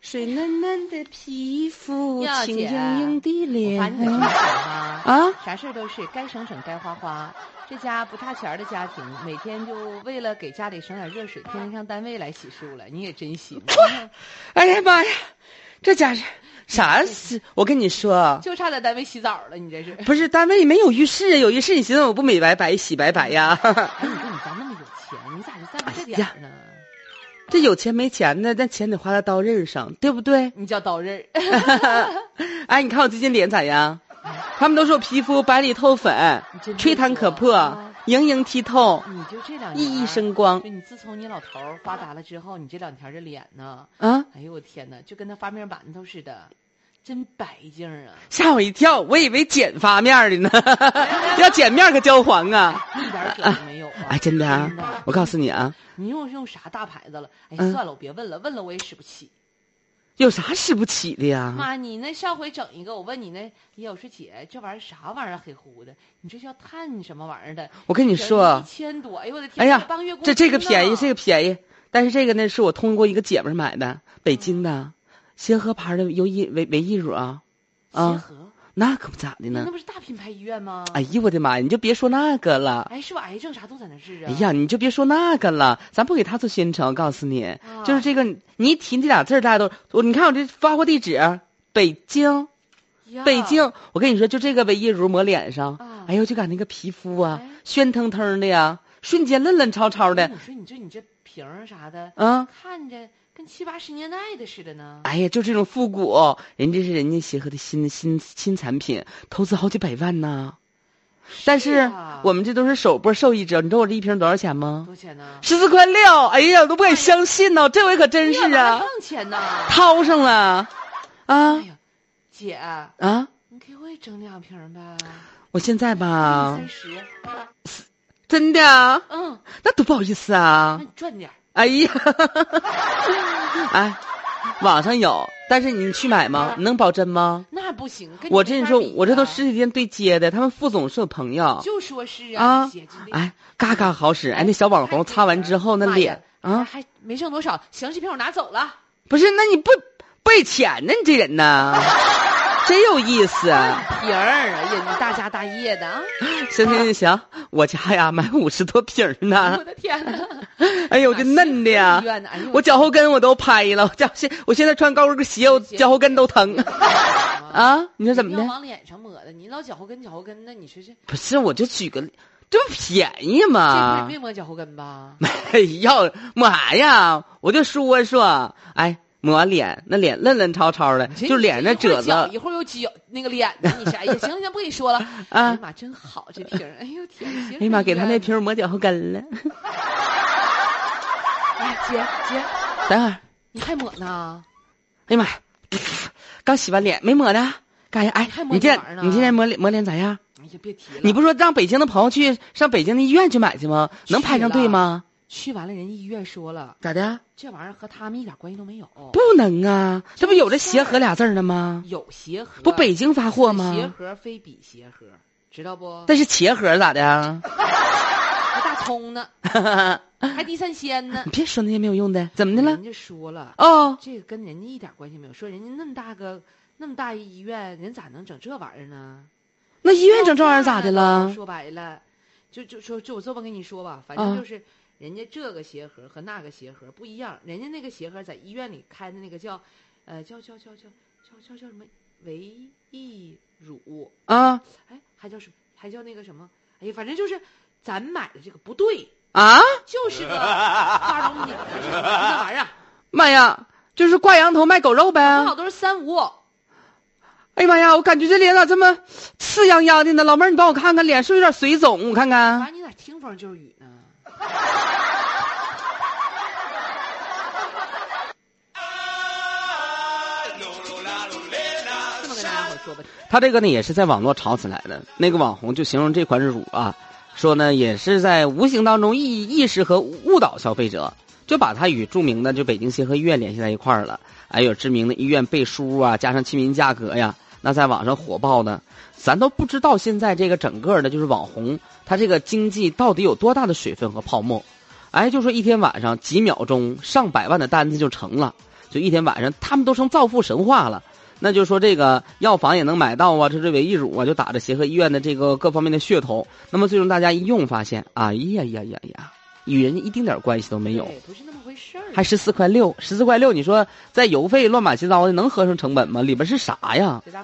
水嫩嫩的皮肤妙，晴姐莹莹的我烦脸你省省啊！啊！啥事儿都是该省省，该花花。这家不差钱儿的家庭，每天就为了给家里省点热水，天天上单位来洗漱了。你也真 行，哎呀妈呀，这家是啥是？我跟你说啊，就差在单位洗澡了。你这是，不是单位没有浴室，有浴室你寻思我不美白白洗白白呀？ 哎，你说你家那么有钱，你咋就在乎这哎点呀儿呢？这有钱没钱的，但钱得花到刀刃上，对不对？你叫刀刃儿， 哎，你看我最近脸咋样？他们都说我皮肤白里透粉你真，吹弹可破啊，莹莹剔透，你就这两年熠熠生光就你自从你老头儿发达了之后，你这两天这脸呢，啊！哎呦我天哪，就跟那发面馒头似的，真白净儿啊！吓我一跳，我以为剪发面儿的呢， 要剪面儿可焦黄啊！一点儿褶都没有啊！哎，真的真啊的！ 我告诉你啊，你又是用啥大牌子了？哎，嗯算了，我别问了，问了我也使不起。有啥使不起的呀？妈，你那上回整一个，我问你那，哎呀，我说姐，这玩意儿啥玩意儿黑乎的？你这叫碳什么玩意儿的？我跟你你说啊一，千多，哎呦我的天！哎呀半个月工这这个资呢便宜，这个便宜，但是这个呢是我通过一个姐们儿买的，北京的，协和牌儿的优衣维维益乳啊，协啊，和，那可不咋的呢那。不是大品牌医院吗？哎呦我的妈呀！你就别说那个了。哎，是不是癌症啥都在那治啊？哎呀，你就别说那个了，咱不给他做宣传。我告诉你，啊就是这个，你一提这俩字儿，大家都我你看我这发货地址，北京，哎呀，北京。我跟你说，就这个维 E 乳抹脸上，啊哎呦，就感那个皮肤啊哎，宣腾腾的呀，瞬间嫩嫩超超哎。的我说你这你这瓶儿啥的，啊。看着跟七八十年代的似的呢。哎呀，就这种复古，人这是人家协和的新新新产品，投资好几百万呢。但是啊我们这都是首波受益者，你知道我这一瓶多少钱吗？多少钱呢？十四块六，哎呀，我都不敢相信呢，这回可真哎是呀啊哪，上钱呢？掏上了，哎啊呀，姐，啊！你给我也整两瓶呗，我现在吧三，十，真的啊，嗯，那多不好意思那啊你，赚点儿。哎呀， 哎，网上有，但是你去买吗？你能保真吗？那还不行，啊跟我这这边说，比我这都啊实体店对接的，他们副总是我朋友，就说是啊姐真的哎，嘎嘎好使，哎，那小网红擦完之后那妈呀脸那啊，还没剩多少，行，这瓶我拿走了。不是，那你不不给钱呢？你这人 呐，真有意思。啊瓶儿，哎呀，你大家大业的啊！行行行行，我家呀买五十多瓶儿呢 我，的天哪，哎啊 啊呦，我这嫩的呀医，院的，哎呦，我脚后跟我都拍了，我脚现我现在穿高跟鞋，我脚后跟都 疼啊，啊！你说怎么你要的？往脸上抹的，你老脚后跟脚后跟的，你说这不是，我就举个例，这不便宜这吗不是？没抹脚后跟吧？哎，要抹啥呀？我就说说，哎，抹脸那脸嫩嫩潮潮的，你这就脸那一会儿褶脚子一会儿又脚那个脸呢，你啥呀？行了行，不跟你说了。哎呀 啊！妈，真好这瓶儿，哎呦天，哎哎呀妈，给他那，瓶儿抹脚后跟了。哎姐姐，等会儿，你还抹呢？哎呀妈呀，刚洗完脸没抹呢，干啥？哎你还，抹你这这玩意儿呢你今天抹脸抹脸咋样？哎呀，别提了，你不说让北京的朋友去上北京的医院去买去吗？能排上队吗？去完了，人家医院说了，咋的？这玩意儿和他们一点关系都没有。不不能啊！这不有这协和俩字儿呢吗？有协和，不北京发货是协吗？和非比协和，知道不？但是茄盒咋的啊？还大 葱呢，还地三鲜呢你。别说那些没有用的，怎么的了人？家说了，哦，这个跟人家一点关系没有。说人家那么大个那么大一医院，人咋能整这玩意儿呢？那医院整这玩意儿咋的了？说白了，就就说就我这么跟你说吧，反正啊就是。人家这个鞋盒和那个鞋盒不一样，人家那个鞋盒在医院里开的那个叫，呃，叫叫叫叫叫叫叫什么维 E 乳，啊哎，还叫什么？还叫那个什么？哎呀，反正就是咱买的这个不对，啊！就是个花龙品那玩意儿，妈呀，就是挂羊头卖狗肉呗！多少都是三无。哎呀妈呀，我感觉这脸咋这么刺痒痒的呢？老妹儿，你帮我看看，脸是不是有点水肿？我看看。完，你咋听风就是雨呢？这么跟大家伙说吧，他这个呢也是在网络炒起来的，那个网红就形容这款乳啊，说呢也是在无形当中意意识和误导消费者，就把它与著名的就北京协和医院联系在一块儿了，还有知名的医院背书啊，加上亲民价格呀，那在网上火爆呢，咱都不知道现在这个整个的就是网红，他这个经济到底有多大的水分和泡沫，哎，就说一天晚上几秒钟上百万的单子就成了。就一天晚上，他们都成造富神话了。那就说这个药房也能买到啊，这这维 E 乳啊，就打着协和医院的这个各方面的噱头。那么最终大家一用发现，哎呀呀呀呀，与人家一丁点关系都没有。对，不是那么回事儿。还十四块六，十四块六，你说在邮费乱码七糟的，能合上成本吗？里边是啥呀？这大